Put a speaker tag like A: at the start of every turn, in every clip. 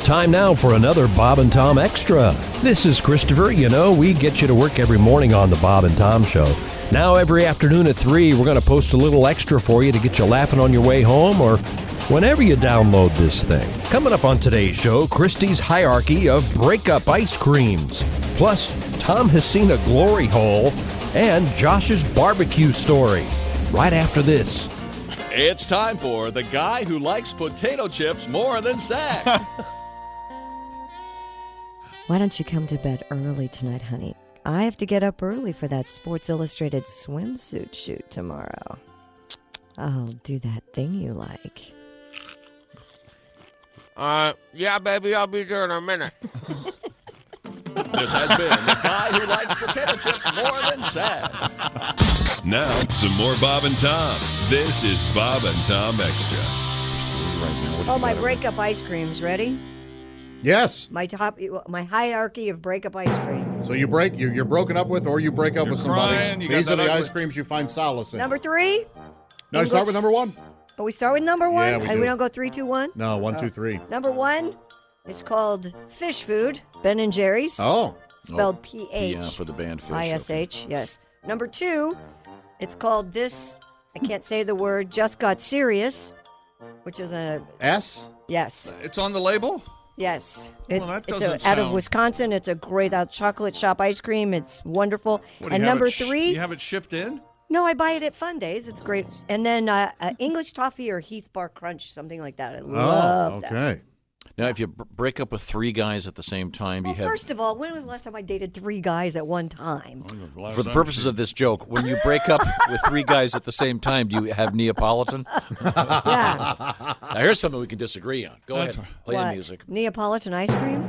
A: Time now for another Bob and Tom Extra. This is Christopher. You know, we get you to work every morning on the Bob and Tom Show. Now, every afternoon at 3, we're going to post a little extra for you to get you laughing on your way home or whenever you download this thing. Coming up on today's show, Christie's hierarchy of breakup ice creams, plus Tom has seen a glory hole and Josh's barbecue story. Right after this.
B: It's time for the guy who likes potato chips more than sack.
C: Why don't you come to bed early tonight, honey? I have to get up early for that Sports Illustrated swimsuit shoot tomorrow. I'll do that thing you like.
D: Uh, yeah, baby, I'll be there in a minute.
B: this has been the guy who likes potato chips more than sack.
E: Now, some more Bob and Tom. This is Bob and Tom Extra.
C: Oh, my breakup ice cream's ready.
F: Yes.
C: My top, my hierarchy of breakup ice cream.
F: So you break you you're broken up with or you break up with somebody.
B: crying, you got
F: These
B: that
F: are the
B: ugly-
F: ice creams you find solace in.
C: Number three.
F: no, you start with number one.
C: Oh, we start with number one.
F: Yeah, we
C: and
F: do.
C: we don't go three, two, one.
F: No, one,
C: Uh,
F: two, three.
C: Number one is called fish food. Ben and Jerry's.
F: Oh. uh,
C: Spelled P
B: Yeah,
C: H
B: for the band fish.
C: I S H. Yes. Number two, it's called this. I can't say the word. Just got serious, which is a
F: S.
C: yes.
G: It's on the label?
C: Yes.
G: Well,
C: it's
G: that
C: a-
G: doesn't
C: out of
G: sound-
C: Wisconsin. It's a great out chocolate shop ice cream. It's wonderful.
G: What, do
C: and
G: you have
C: number
G: it sh-
C: three,
G: you have it shipped in?
C: no, I buy it at Fun Days. It's great. And then uh, uh, English toffee or Heath Bar Crunch, something like that. I love
F: Oh,
C: that.
F: okay.
H: Now, if you br- break up with three guys at the same time,
C: Well,
H: you have
C: first of all, when was the last time I dated three guys at one time?
H: for the purposes of this joke, when you break up with three guys at the same time, do you have Neapolitan?
G: Oh,
C: yeah.
H: Now, here's something we can disagree on. Go
G: That's
H: ahead,
G: right.
H: play
C: What?
H: the music.
C: Neapolitan ice cream?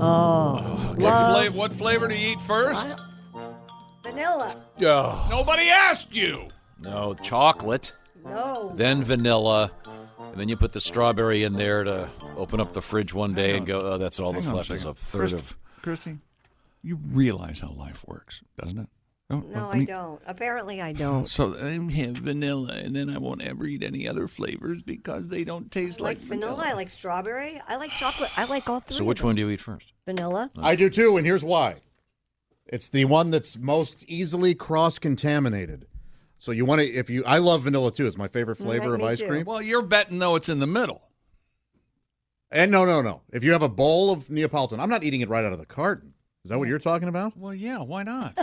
C: Oh.
G: What,
C: love
G: fla- what flavor do you eat first?
C: vanilla.
H: Oh,
G: Nobody asked you.
H: no, chocolate,
C: No.
H: then vanilla, and then you put the strawberry in there to open up the fridge one day and go, oh, that's all that's
G: Hang on
H: left is
G: second.
H: a third
G: Christ-
H: of.
G: Christy, you realize how life works, doesn't it? Don't,
C: no,
G: let
C: I
G: me-
C: don't. Apparently, I don't.
G: So I have vanilla, and then I won't ever eat any other flavors because they don't taste
C: I like vanilla. I like strawberry. I like chocolate. I like all three.
H: So,
C: of
H: which
C: them.
H: one do you eat first?
C: Vanilla.
F: I do too, and here's why. It's the one that's most easily cross contaminated. So you want to if you I love vanilla too. It's my favorite flavor
C: like
F: of
C: Mm, me
F: ice
C: too.
F: cream.
G: Well, you're betting though it's in the middle.
F: And no, no, no. If you have a bowl of Neapolitan, I'm not eating it right out of the carton. Is that what you're talking about?
G: Well, yeah. Why not?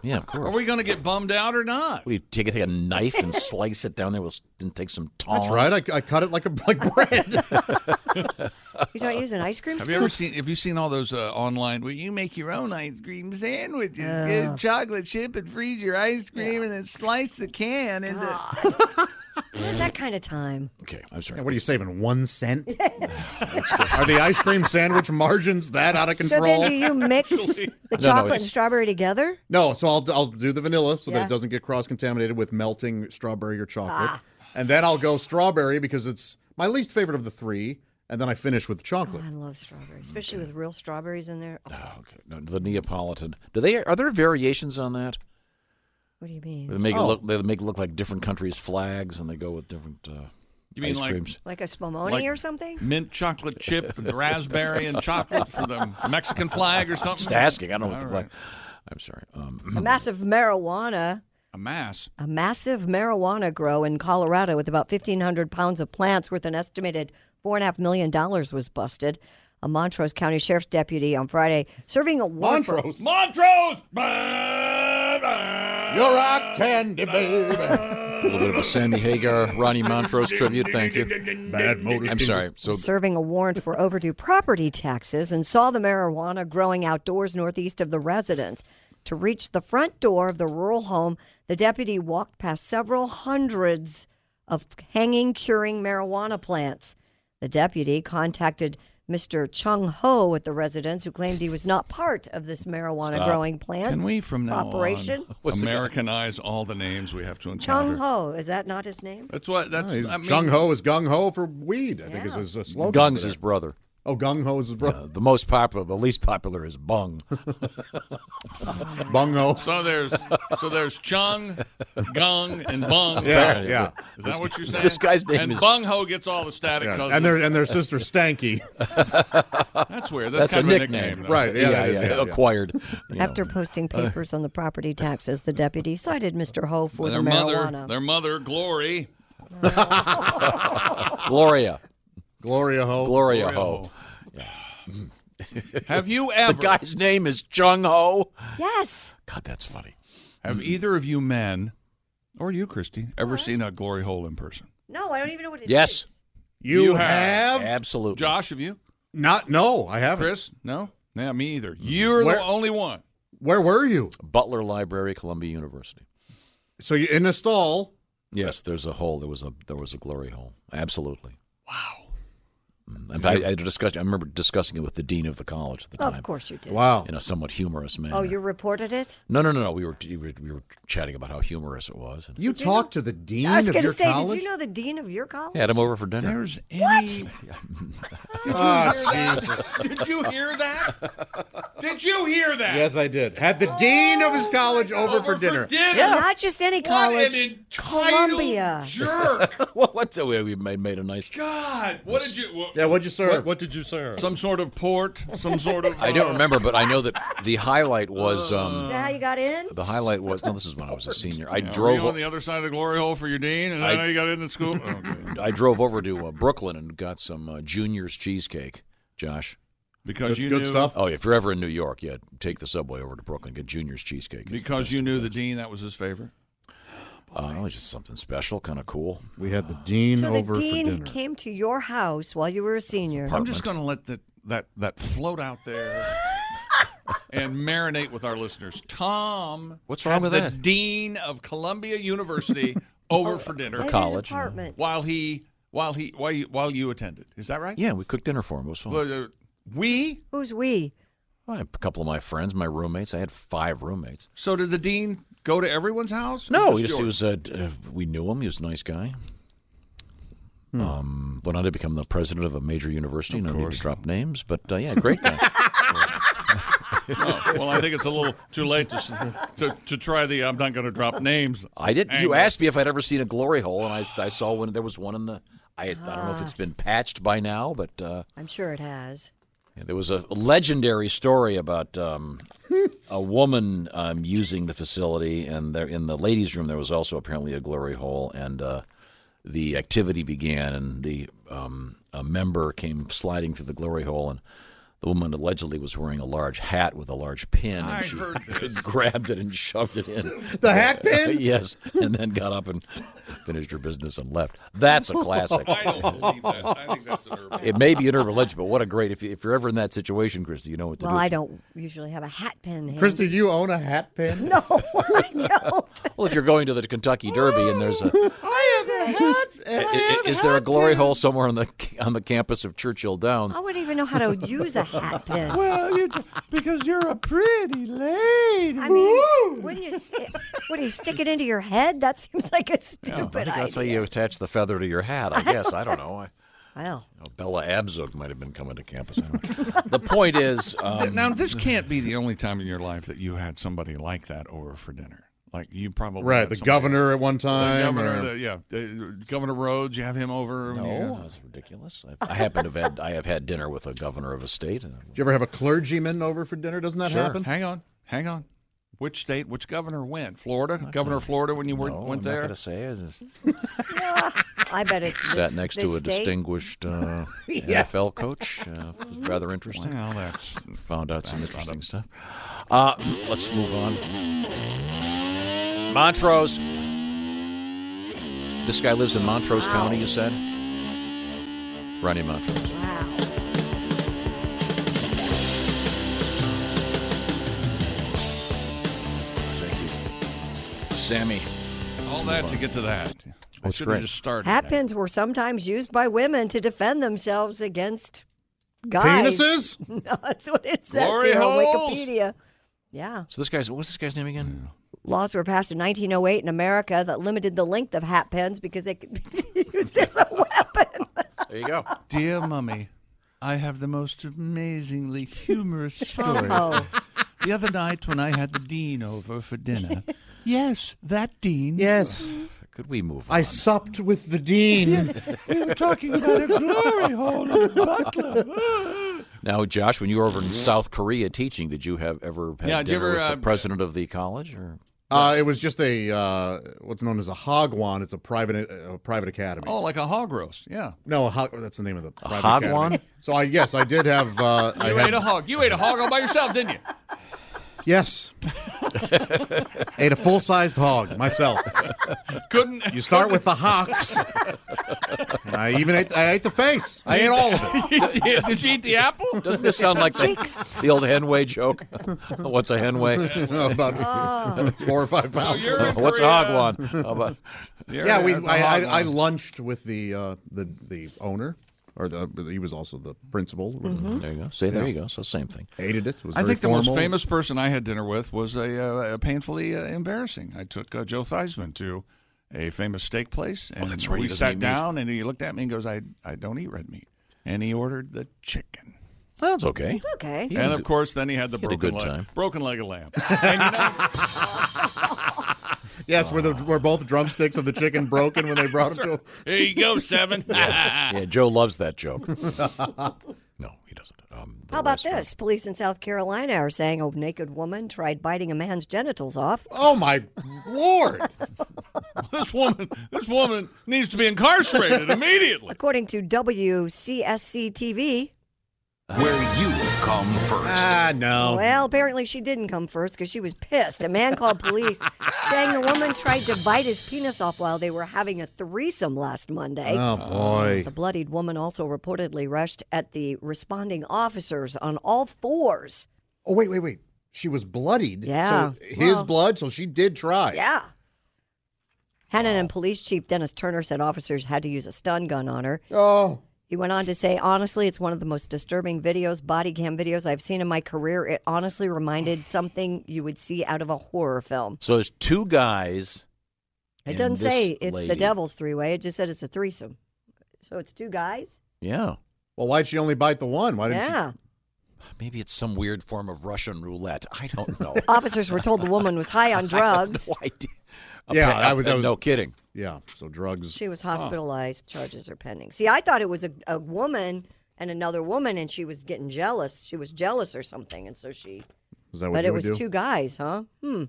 H: Yeah, of course.
G: Are we going to get bummed out or not?
H: What do you take, it, take a knife and slice it down there with, and take some tongs?
F: That's right. I, I cut it like a like bread.
C: You don't use an ice cream
G: Have
C: scoop.
G: you ever seen? Have you seen all those uh, online? Where you make your own ice cream sandwiches, get a chocolate chip, and freeze your ice cream, and then slice the can into.
C: This is that kind of time.
H: Okay, I'm sorry.
F: Yeah, what are you saving? One cent? are the ice cream sandwich margins that out of
C: So then,
F: control?
C: do you mix the chocolate and
H: it's-
C: strawberry together?
F: no, so I'll, I'll do the vanilla so that
C: Yeah. Ah.
F: it doesn't get cross contaminated with melting strawberry or chocolate. And then I'll go strawberry because it's my least favorite of the three. And then I finish with
C: Oh,
F: chocolate.
C: I love strawberry, especially with real strawberries in there. Oh,
H: Okay, no, the Neapolitan. Do they are there variations on that?
C: what do you
H: They
C: mean?
H: make it
F: Oh.
H: look they make it look like different countries' flags, and they go with different. Uh,
G: You mean
H: ice
G: like-
H: creams.
C: Like a spumoni
G: Like-
C: or
H: Mm.
C: something?
G: Mint chocolate chip, and raspberry, and chocolate for the Mexican flag or something.
H: Just asking. I don't know what the
G: All
H: flag.
G: right.
H: I'm sorry. Um,
C: A massive marijuana
G: A mass.
C: A massive marijuana grow in Colorado with about 1,500 pounds of plants worth an estimated $4.5 million was busted. A Montrose County Sheriff's deputy on Friday serving a warrant. for-
F: Montrose.
G: Montrose.
F: You're a candy baby.
H: a little bit of a Sammy Hagar, Ronnie Montrose tribute. Thank you.
F: Bad motor.
H: I'm sorry. So
C: Serving a warrant for overdue property taxes and saw the marijuana growing outdoors northeast of the residence. To reach the front door of the rural home, the deputy walked past several hundreds of hanging, curing marijuana plants. The deputy contacted Mr. Chung Ho at the residence, who claimed he was not part of this marijuana
H: Stop.
C: growing plant.
G: Can we from now
C: operation?
G: on
H: What's the guy-
G: Americanize all the names we have to encounter?
C: Chung Ho is that not his name?
G: That's what. That's.
F: He's-
G: I mean,
F: Gung Ho is Gung Ho for weed. I think is his uh, slogan.
H: Gung's
F: over
H: his
F: there.
H: brother.
F: Oh, Gung Ho is his brother.
H: Uh, the most popular, the least popular is Bung.
F: Bung Ho.
G: So there's so there's Chung, Gung, and Bung.
F: Yeah, yeah.
G: Is that what you're saying?
H: this guy's name
G: and
H: is-
G: Bung Ho gets all the static
F: yeah.
G: cousins.
F: And their and their sister Stanky.
G: that's weird. That's,
H: That's a
G: kind of
H: nickname,
G: though.
F: Right, yeah,
H: yeah,
F: that is- yeah, yeah.
H: acquired. you know.
C: After posting
G: Uh,
C: papers on the property taxes, the deputy cited Mr. Ho for
G: Their
C: the
G: mother,
C: marijuana.
G: their mother, Glory.
H: Gloria,
F: Gloria Ho.
H: Gloria Ho.
G: Have you ever?
H: The guy's name is Chung Ho.
C: yes,
H: God, that's funny.
G: have either of you men, or you, Christy, ever seen a Glory Hole in person?
C: no, I don't even know what it is.
H: Yes.
F: You,
G: You
F: have,
G: have-
H: Absolutely.
G: Josh, have you?
F: not? No, I haven't.
G: Chris? No. Yeah, me either.
H: Mm-hmm.
G: You're
F: Where-
G: the only one.
F: Where were you?
H: Butler Library, Columbia University.
F: So you in a stall.
H: Yes, there's a hole. There was a there was a glory hole. Absolutely. Wow. And I, I had a discussion. I remember discussing it with the dean of the college at the time.
C: Of course you did.
F: Wow.
H: In a somewhat humorous manner.
C: Oh, you reported it?
H: No, no, no, no. We were, we were we were chatting about how humorous it was. And
F: You talked to the dean
C: I was
F: of
C: going to
F: your
C: say,
F: college.
C: did you know the dean of your college?
H: had him over for dinner.
G: There's any.
F: Ah, Jesus.
G: Did you hear that? Did you hear that?
F: Yes, I did. Had the dean of his college over for dinner.
C: Not just any college.
G: What an entitled
C: Columbia.
G: jerk.
H: well, what's the way we made, made a nice.
G: God, what did you? What,
F: Yeah, what'd you serve?
B: did you serve?
G: some sort of port, some sort of. uh,
H: I don't remember, but I know that the highlight was
C: Is
H: um
C: that how you got in?
H: the highlight was no. This is when I was a senior. I
G: Were
H: drove
G: you on the other side of the glory hole for your dean, and
H: I-
G: I know you got in the school. Okay.
H: I drove over to uh, Brooklyn and got some uh, Junior's cheesecake. Josh.
G: Because
F: That's
G: you
F: good
G: knew,
F: stuff.
H: Oh, if you're ever in New York, yeah, take the subway over to Brooklyn, get Junior's cheesecake. It's the
G: Because
H: best
G: you
H: of
G: knew
H: it.
G: the dean, that was his favorite.
H: Uh, it was just something special, kind of cool.
F: We had the dean
C: So the
F: over for
C: dean
F: dinner.
C: came to your house while you were a senior.
G: I'm just going to let that that that float out there. And marinate with our listeners. Tom,
H: What's wrong
G: had
H: with
G: the
H: that?
G: Dean of Columbia University over for dinner.
C: At his
H: college.
C: apartment.
G: while he while he while you, while you attended. Is that right?
H: Yeah, we cooked dinner for him. It was fun.
G: Well, uh, we.
C: Who's we?
H: I had a couple of my friends, my roommates. I had five roommates.
G: So did the dean go to everyone's house?
H: No,
G: Or
H: he just he
G: yours?
H: was. Uh, d- uh, we knew him. He was a nice guy. Um, went on to become the president of a major university. no need to drop names, but uh, yeah, great guy.
G: Oh, well, I think it's a little too late to s- to, to try the. I'm not going to drop names.
H: I didn't. You
G: angle.
H: asked me if I'd ever seen a glory hole, and I, I saw one. There was one in the. I, I don't know if it's been patched by now, but uh,
C: I'm sure it has.
H: Yeah, There was a legendary story about um, a woman um, using the facility, and there in the ladies' room there was also apparently a glory hole, and uh, the activity began, and the um, a member came sliding through the glory hole, and the woman allegedly was wearing a large hat with a large pin, and
G: I
H: she
G: heard
H: grabbed it and shoved it in.
F: The hat pin?
H: yes, and then got up and finished her business and left. That's a classic.
G: don't believe that. I think that's an urban.
H: It may be an urban legend, but what a great if, you- if you're ever in that situation, Christy, you know what to
C: Well,
H: do.
C: I don't usually have a hat pin. handy.
F: Christy, do you own a hat pin?
C: No, I don't.
H: Well, if you're going to the Kentucky Derby and there's a,
F: I have a
H: i-
F: hat.
H: i- is there a glory hole somewhere on the on the campus of Churchill Downs?
C: I wouldn't even know how to use a hat pin.
F: Well, you because you're a pretty lady.
C: I mean, what do you sti- what do you stick it into your head? That seems
F: Oh,
C: like Oh,
H: I
C: a
H: think
C: stupid
H: that's how
C: idea.
H: you attach the feather to your hat. I guess I don't know. I,
C: Well,
H: you know, Bella Abzug might have been coming to campus. I don't know. the point is, um,
G: Now this can't be the only time in your life that you had somebody like that over for dinner. Like you probably
F: Right,
G: had
F: the
G: somebody-
F: governor at one
G: the
F: time.
G: governor,
F: or-
G: the- yeah, the- Governor Rhodes. You have him over. when you-
H: no, that's ridiculous. I, I happen to have had, I have had dinner with a governor of a state. and
F: Did you ever have a clergyman over for dinner? Doesn't that
H: Sure.
F: happen?
G: Hang on, hang on. Which state? Which governor went? Florida. governor of Florida. When you were,
H: no,
G: went
H: I'm not
G: there.
H: gonna say it. It's-
C: I bet it's
H: sat
C: this,
H: next
C: this
H: to a
C: state.
H: distinguished uh, NFL coach. Uh, it was rather interesting.
G: Well, that's
H: found out some interesting stuff. Uh, let's move on. Montrose. This guy lives in Montrose County, you said? Ronnie Montrose.
C: Wow.
H: Thank you. Sammy.
G: all that to get to that. I should have just started.
C: Hat pins were sometimes used by women to defend themselves against guys.
F: Penises?
C: No, that's what it says
G: Glory
C: here on
G: holes?
C: Wikipedia. Yeah.
H: So this guy's what's this guy's name again?
C: Laws were passed in 1908 in America that limited the length of hat pins because they could be used as a weapon.
H: There you go.
G: Dear mummy, I have the most amazingly humorous story.
C: Oh,
G: The other night when I had the dean over for dinner. Yes, that dean.
F: Yes.
H: Could we move?
F: I supped with the dean.
G: We were talking about a glory hole in Butler.
H: Now, Josh, when you were over in South Korea teaching, did you have ever had
G: Yeah, did you
H: dinner
G: ever,
H: with
G: uh,
H: the president of the college? Or
F: uh, it was just a uh, what's known as a hogwan. It's a private a private academy.
G: Oh, like a hog roast. Yeah.
F: No, a hog, that's the name of the private
H: hogwan?
F: academy. So I yes, I did have. Uh, I
G: You
F: had,
G: ate a hog. You ate a hog all by yourself, didn't you?
F: Yes. Ate a full sized hog myself.
G: Couldn't.
F: You start with the hocks. And I even ate, I ate the face. I ate all of it.
G: did, you eat the apple?
H: doesn't this sound like the, the old Henway joke? What's a Henway?
F: About four or five pounds.
G: Oh. you're in
H: What's a
G: Korea.
H: hogwan? How about-
F: Yeah, we. I, I, I lunched with the uh, the the owner, or the he was also the principal.
H: There you go. See, there you go. So same thing.
F: Hated it. Was
G: Mm-hmm. I
F: very
G: think the most
F: formal.
G: famous person I had dinner with was a, uh, a painfully uh, embarrassing. I took uh, Joe Theismann to a famous steak place, and
H: that's right, he
G: we
H: doesn't eat
G: sat
H: meat.
G: down, and he looked at me and goes, "I I don't eat red meat," and he ordered the chicken.
H: That's okay.
C: okay.
H: Yeah.
G: and of course, then he had the
H: had a
G: broken
H: good
G: leg,
H: time.
G: broken leg of lamb. And you know,
F: Yes, were the were both drumsticks of the chicken broken when they brought him to him.
G: here you go, seven.
H: Yeah, Joe loves that joke. no, he doesn't. Um, the
C: How about
H: restaurant.
C: this? Police in South Carolina are saying a naked woman tried biting a man's genitals off.
F: Oh my lord!
G: this woman, this woman needs to be incarcerated immediately.
C: According to WCSC TV,
I: Where you come first.
F: Ah no.
C: well, apparently she didn't come first because she was pissed. A man called police saying the woman tried to bite his penis off while they were having a threesome last Monday.
F: Oh boy.
C: The bloodied woman also reportedly rushed at the responding officers on all fours.
F: Oh wait, wait, wait. She was bloodied.
C: Yeah.
F: So his
C: Well-
F: blood, so she did try.
C: Yeah. Hannon
F: Oh.
C: and Police Chief Dennis Turner said officers had to use a stun gun on her.
F: Oh.
C: He went on to say, honestly, it's one of the most disturbing videos, body cam videos I've seen in my career. It honestly reminded something you would see out of a horror film.
H: So there's two guys.
C: It
H: and
C: doesn't
H: this
C: say it's the
H: lady.
C: devil's three way, it just said it's a threesome. So it's two guys?
H: Yeah.
F: Well, why'd she only bite the one? Why didn't
C: Yeah.
H: Maybe it's some weird form of Russian roulette. I don't know.
C: Officers were told the woman was high on drugs.
H: No idea. Appa-
F: Yeah,
H: uh,
F: I was- I was-
H: no kidding.
F: she? Yeah. So drugs.
C: She was hospitalized. Charges are pending. See, I thought it was a, a woman and another woman, and she was getting jealous. She was jealous or something, and so she.
F: Is that what
C: But
F: you
C: it
F: would
C: was
F: do?
C: two guys, huh? Hmm.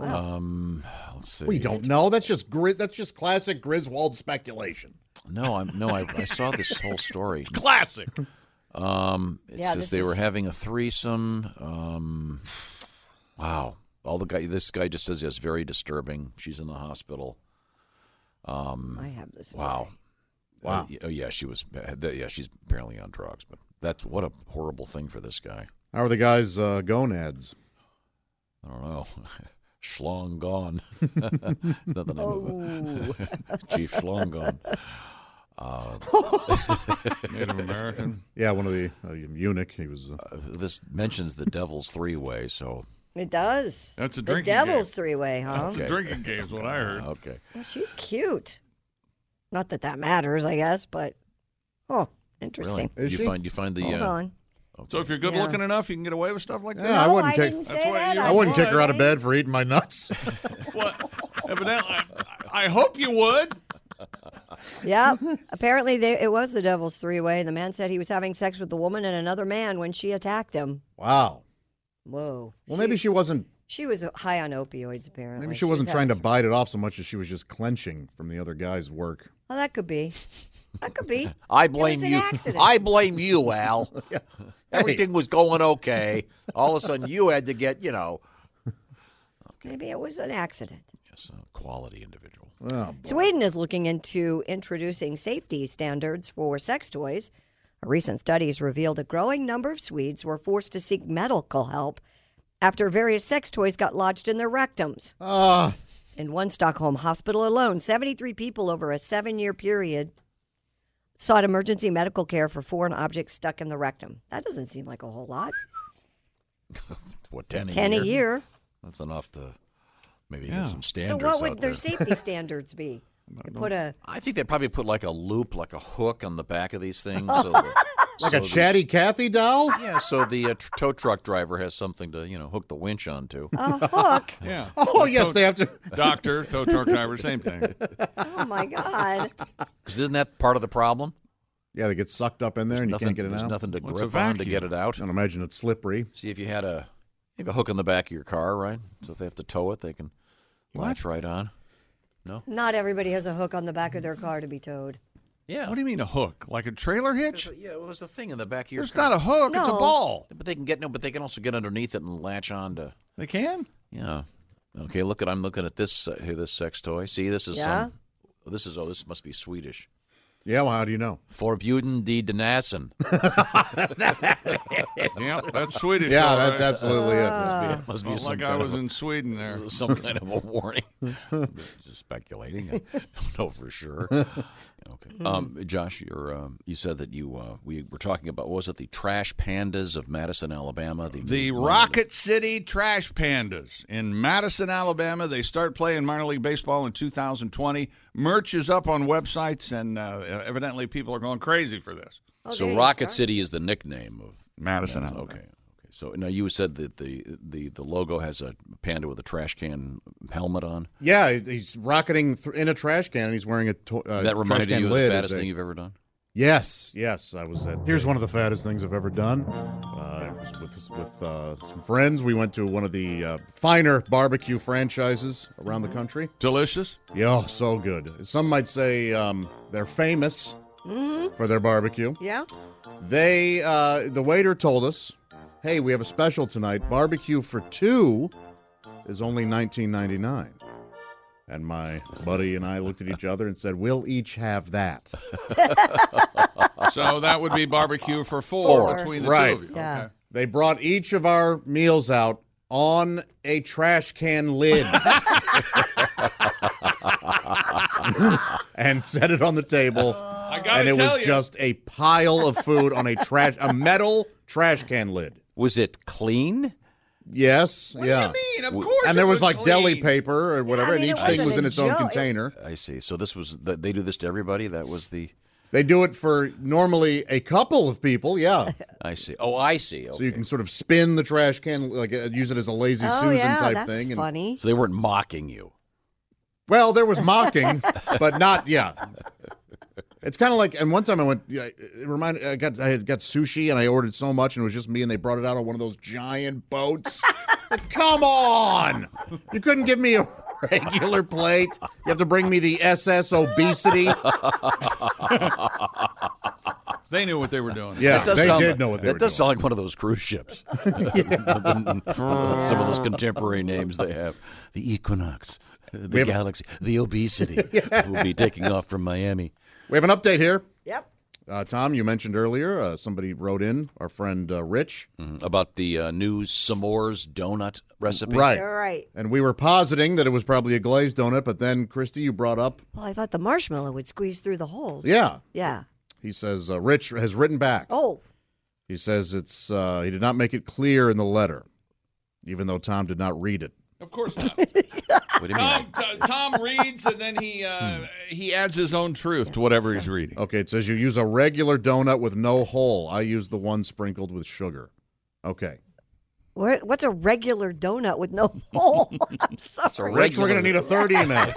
H: Um, let's see.
F: We don't know. That's just gri- that's just classic Griswold speculation.
H: No, I'm no. I, I saw this whole story.
G: Classic.
H: Um, it
C: Yeah,
H: says
C: this
H: they were
C: is-
H: having a threesome. Um, wow. All the guy. This guy just says yes. Very disturbing. She's in the hospital.
C: I have this.
H: Wow.
F: Wow.
H: Uh, y- oh yeah, she was. Yeah, she's apparently on drugs. But that's what a horrible thing for this guy.
F: How are the guys' uh, gonads?
H: I don't know. Schlong gone. Is that the name
C: Oh.
H: of it? Chief Schlong gone. Uh,
G: Native American.
F: Yeah, one of the uh, eunuch. He was. Uh,
H: Uh, this mentions the devil's three way. So
C: It does.
G: That's a
C: The
G: drinking
C: devil's
G: game.
C: three way, huh?
H: Okay. Oh,
G: Drinking game is what I heard.
H: uh, okay.
C: Well, she's cute. Not that that matters, I guess, but oh, interesting.
H: Really?
F: Is
H: you
F: she?
H: find you find the
C: Hold
H: uh,
C: on.
G: So if you're good
C: Yeah.
G: looking enough, you can get away with stuff like
F: Yeah,
G: that.
F: I
C: No,
F: wouldn't kick-
C: didn't say
G: That's why
C: that.
G: you-
F: I wouldn't kick her out of
C: was.
F: bed for eating my nuts.
G: What? Evidently, I, I hope you would.
C: Yeah. Apparently, they, it was the devil's three way. The man said he was having sex with the woman and another man when she attacked him.
F: Wow.
C: Whoa.
F: Well, maybe she wasn't.
C: She was high on opioids, apparently.
F: Maybe she wasn't trying to bite it off so much as she was just clenching from the other guy's work.
C: Oh, that could be. That could be.
H: I
C: it was
H: blame
C: an
H: you.
C: Accident.
H: I blame you, Al. Everything was going okay. All of a sudden, you had to get you know
C: Maybe it was an accident.
H: yes, a quality individual.
F: Oh,
C: Sweden is looking into introducing safety standards for sex toys. A recent studies revealed a growing number of Swedes were forced to seek medical help after various sex toys got lodged in their rectums.
F: Ah,
C: in one Stockholm hospital alone, 73 people over a seven year period sought emergency medical care for foreign objects stuck in the rectum. That doesn't seem like a whole lot.
H: What ten?
C: 10
H: a
C: a
H: year?
C: year.
H: That's enough to maybe
C: Yeah.
H: get some standards.
C: so, what would
H: out
C: their
H: there.
C: safety standards be? You put a
H: I think they'd probably put like a loop, like a hook on the back of these things. So that,
F: Like a
H: the-
F: chatty Cathy doll?
H: yeah, so the uh, tr- tow truck driver has something to, you know, hook the winch onto.
F: Uh.
C: a hook.
G: Yeah.
F: Oh, yes, they have to.
G: Doctor, tow truck driver, same thing.
C: Oh my God!
H: Because isn't that part of the problem?
F: Yeah, they get sucked up in there and
H: nothing-
F: you can't get it
H: there's
F: out.
H: nothing to Well, it's grip a on to vacuum. get it out.
F: I don't imagine it's slippery.
H: See if you had a maybe a hook on the back of your car, right? So if they have to tow it, they can latch right on.
C: Not everybody has a hook on the back of their car to be towed.
H: Yeah.
G: What do you mean a hook? Like a trailer hitch?
H: Yeah, well, there's a thing in the back of your
G: There's
H: car.
G: not a hook. It's a
C: No.
G: ball.
H: But they can get no. But they can also get underneath it and latch on to.
G: They can.
H: Yeah. Okay. Look at I'm looking at this uh, here this sex toy. See, this is
C: Yeah?
H: some. This is oh, this must be Swedish.
F: Yeah, well, how do you know?
H: Forbjuden de Denassen.
G: Yeah, that's Swedish.
F: yeah,
G: all
F: that's
G: right.
F: absolutely
H: Must be, must be
G: Felt
H: some
G: like
H: kind
G: Oh, I
H: of
G: was
H: a-
G: in Sweden there.
H: some kind of a warning. Just speculating. I don't know for sure. Okay,
C: Mm-hmm.
H: um, Josh, you're, um, you said that you uh, we were talking about what was it the trash pandas of Madison, Alabama? The,
G: The
H: minor-
G: Rocket City Trash Pandas in Madison, Alabama. They start playing minor league baseball in 2020. Merch is up on websites, and uh, evidently people are going crazy for this.
C: Oh, there
H: so
C: you
H: Rocket
C: start.
H: City is the nickname of
G: Madison,
H: Madison.
G: Alabama.
H: Okay. okay. So now you said that the, the the logo has a panda with a trash can helmet on.
F: Yeah, he- he's rocketing th- in a trash can and he's wearing a to- uh,
H: that reminded
F: trash can
H: you of the
F: lid
H: fattest
F: as a-
H: thing you've ever done.
F: Yes, yes, I was at. Here's one of the fattest things I've ever done. Uh, I was with with uh, some friends. We went to one of the uh, finer barbecue franchises around the country.
G: Delicious.
F: Yeah, so good. Some might say um, they're famous for their barbecue.
C: Yeah.
F: They, uh, the waiter told us, "Hey, we have a special tonight. Barbecue for two is only 19.99." And my buddy and I looked at each other and said, "We'll each have that."
G: So that would be barbecue for four,
C: Four.
G: between the
F: Right.
G: two of you.
C: Yeah.
G: Okay.
F: They brought each of our meals out on a trash can lid and set it on the table.
G: I gotta
F: And it
G: tell
F: was
G: you,
F: just a pile of food on a trash, a metal trash can lid.
H: Was it clean?
F: Yes,
G: What
F: yeah.
G: do you mean? Of course.
F: And there
G: it
F: was like deli
G: clean.
F: paper or whatever,
C: I
F: and
C: mean,
F: each
C: it
F: thing
C: wasn't
F: was in
C: a
F: its own
C: joke.
F: container.
H: I see. So this was the, they do this to everybody. That was the
F: They do it for normally a couple of people, yeah.
H: I see. Oh, I see.
F: So you can sort of spin the trash can, like uh, use it as a lazy
C: Oh
F: Susan
C: yeah,
F: type
C: that's
F: thing. and-
C: funny.
H: So they weren't mocking you.
F: Well, there was mocking, but not yeah. It's kind of like, and one time I went. yeah, It reminded I got I had got sushi and I ordered so much and it was just me and they brought it out on one of those giant boats. It's like, come on, you couldn't give me a regular plate. You have to bring me the SS obesity.
G: They knew what they were doing.
F: Yeah,
H: does
F: they
H: sound
F: did
H: like-
F: know what they
H: that
F: were
H: does
F: doing.
H: sound like one of those cruise ships. Some of those contemporary names they have: the Equinox, uh, the
F: have-
H: Galaxy, the Obesity. Will be taking off from Miami.
F: We have an update here,
C: Yep.
F: uh, Tom. You mentioned earlier uh, somebody wrote in our friend uh, Rich,
H: Mhm. About the uh, new s'mores donut recipe.
F: right?
C: All right.
F: And we were positing that it was probably a glazed donut, but then Christy, you brought up,
C: Well, I thought the marshmallow would squeeze through the holes.
F: yeah.
C: Yeah.
F: He says uh, Rich has written back.
C: Oh,
F: He says it's uh, he did not make it clear in the letter, even though Tom did not read it.
G: Of course not.
H: What do you mean?
G: Tom, T- Tom reads and then he uh, he adds his own truth to whatever he's reading.
F: Okay, it says you use a regular donut with no hole. I use the one sprinkled with sugar. Okay,
C: where, what's a regular donut with no hole? I'm sorry.
F: Rich, we're
H: Regular-
F: gonna need a third email.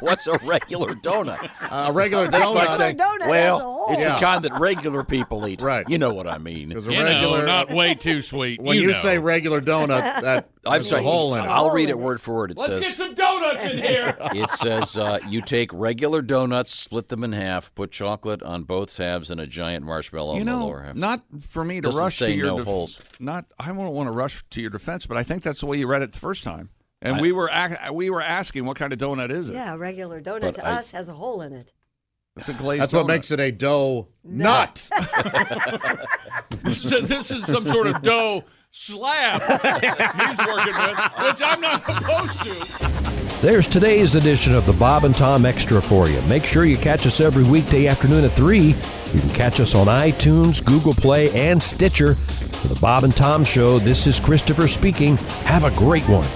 H: What's a regular donut?
F: Uh, a regular
H: That's like
F: donut.
H: saying,
C: donut has a
H: well,
C: hole.
H: it's
F: Yeah.
H: the kind that regular people eat.
F: Right.
H: You know what I mean.
F: 'Cause a regular
G: way too sweet.
F: when you, say regular donut, that
H: I'm
F: there's
H: sorry.
F: a hole in it.
H: I'll read it word for word. It says
G: some donuts in here.
H: It says uh, you take regular donuts, split them in half, put chocolate on both halves, and a giant marshmallow
G: You
H: on the
G: know,
H: lower half.
G: not for me to
H: Doesn't
G: rush to
H: say
G: your
H: no holes.
G: Not I won't want to rush to your defense, but I think that's the way you read it the first time. And we were ac- we were asking what kind of donut is it?
C: Yeah, a regular donut
H: But
C: to
H: I-
C: us has a hole in it.
G: It's a glazed.
F: That's what
G: donut.
F: makes it a dough nut.
G: this, is, this is some sort of dough slab he's working with, which I'm not opposed to.
A: There's today's edition of the Bob and Tom Extra for you. Make sure you catch us every weekday afternoon at 3. You can catch us on iTunes, Google Play, and Stitcher. For the Bob and Tom Show, this is Christopher speaking. Have a great one.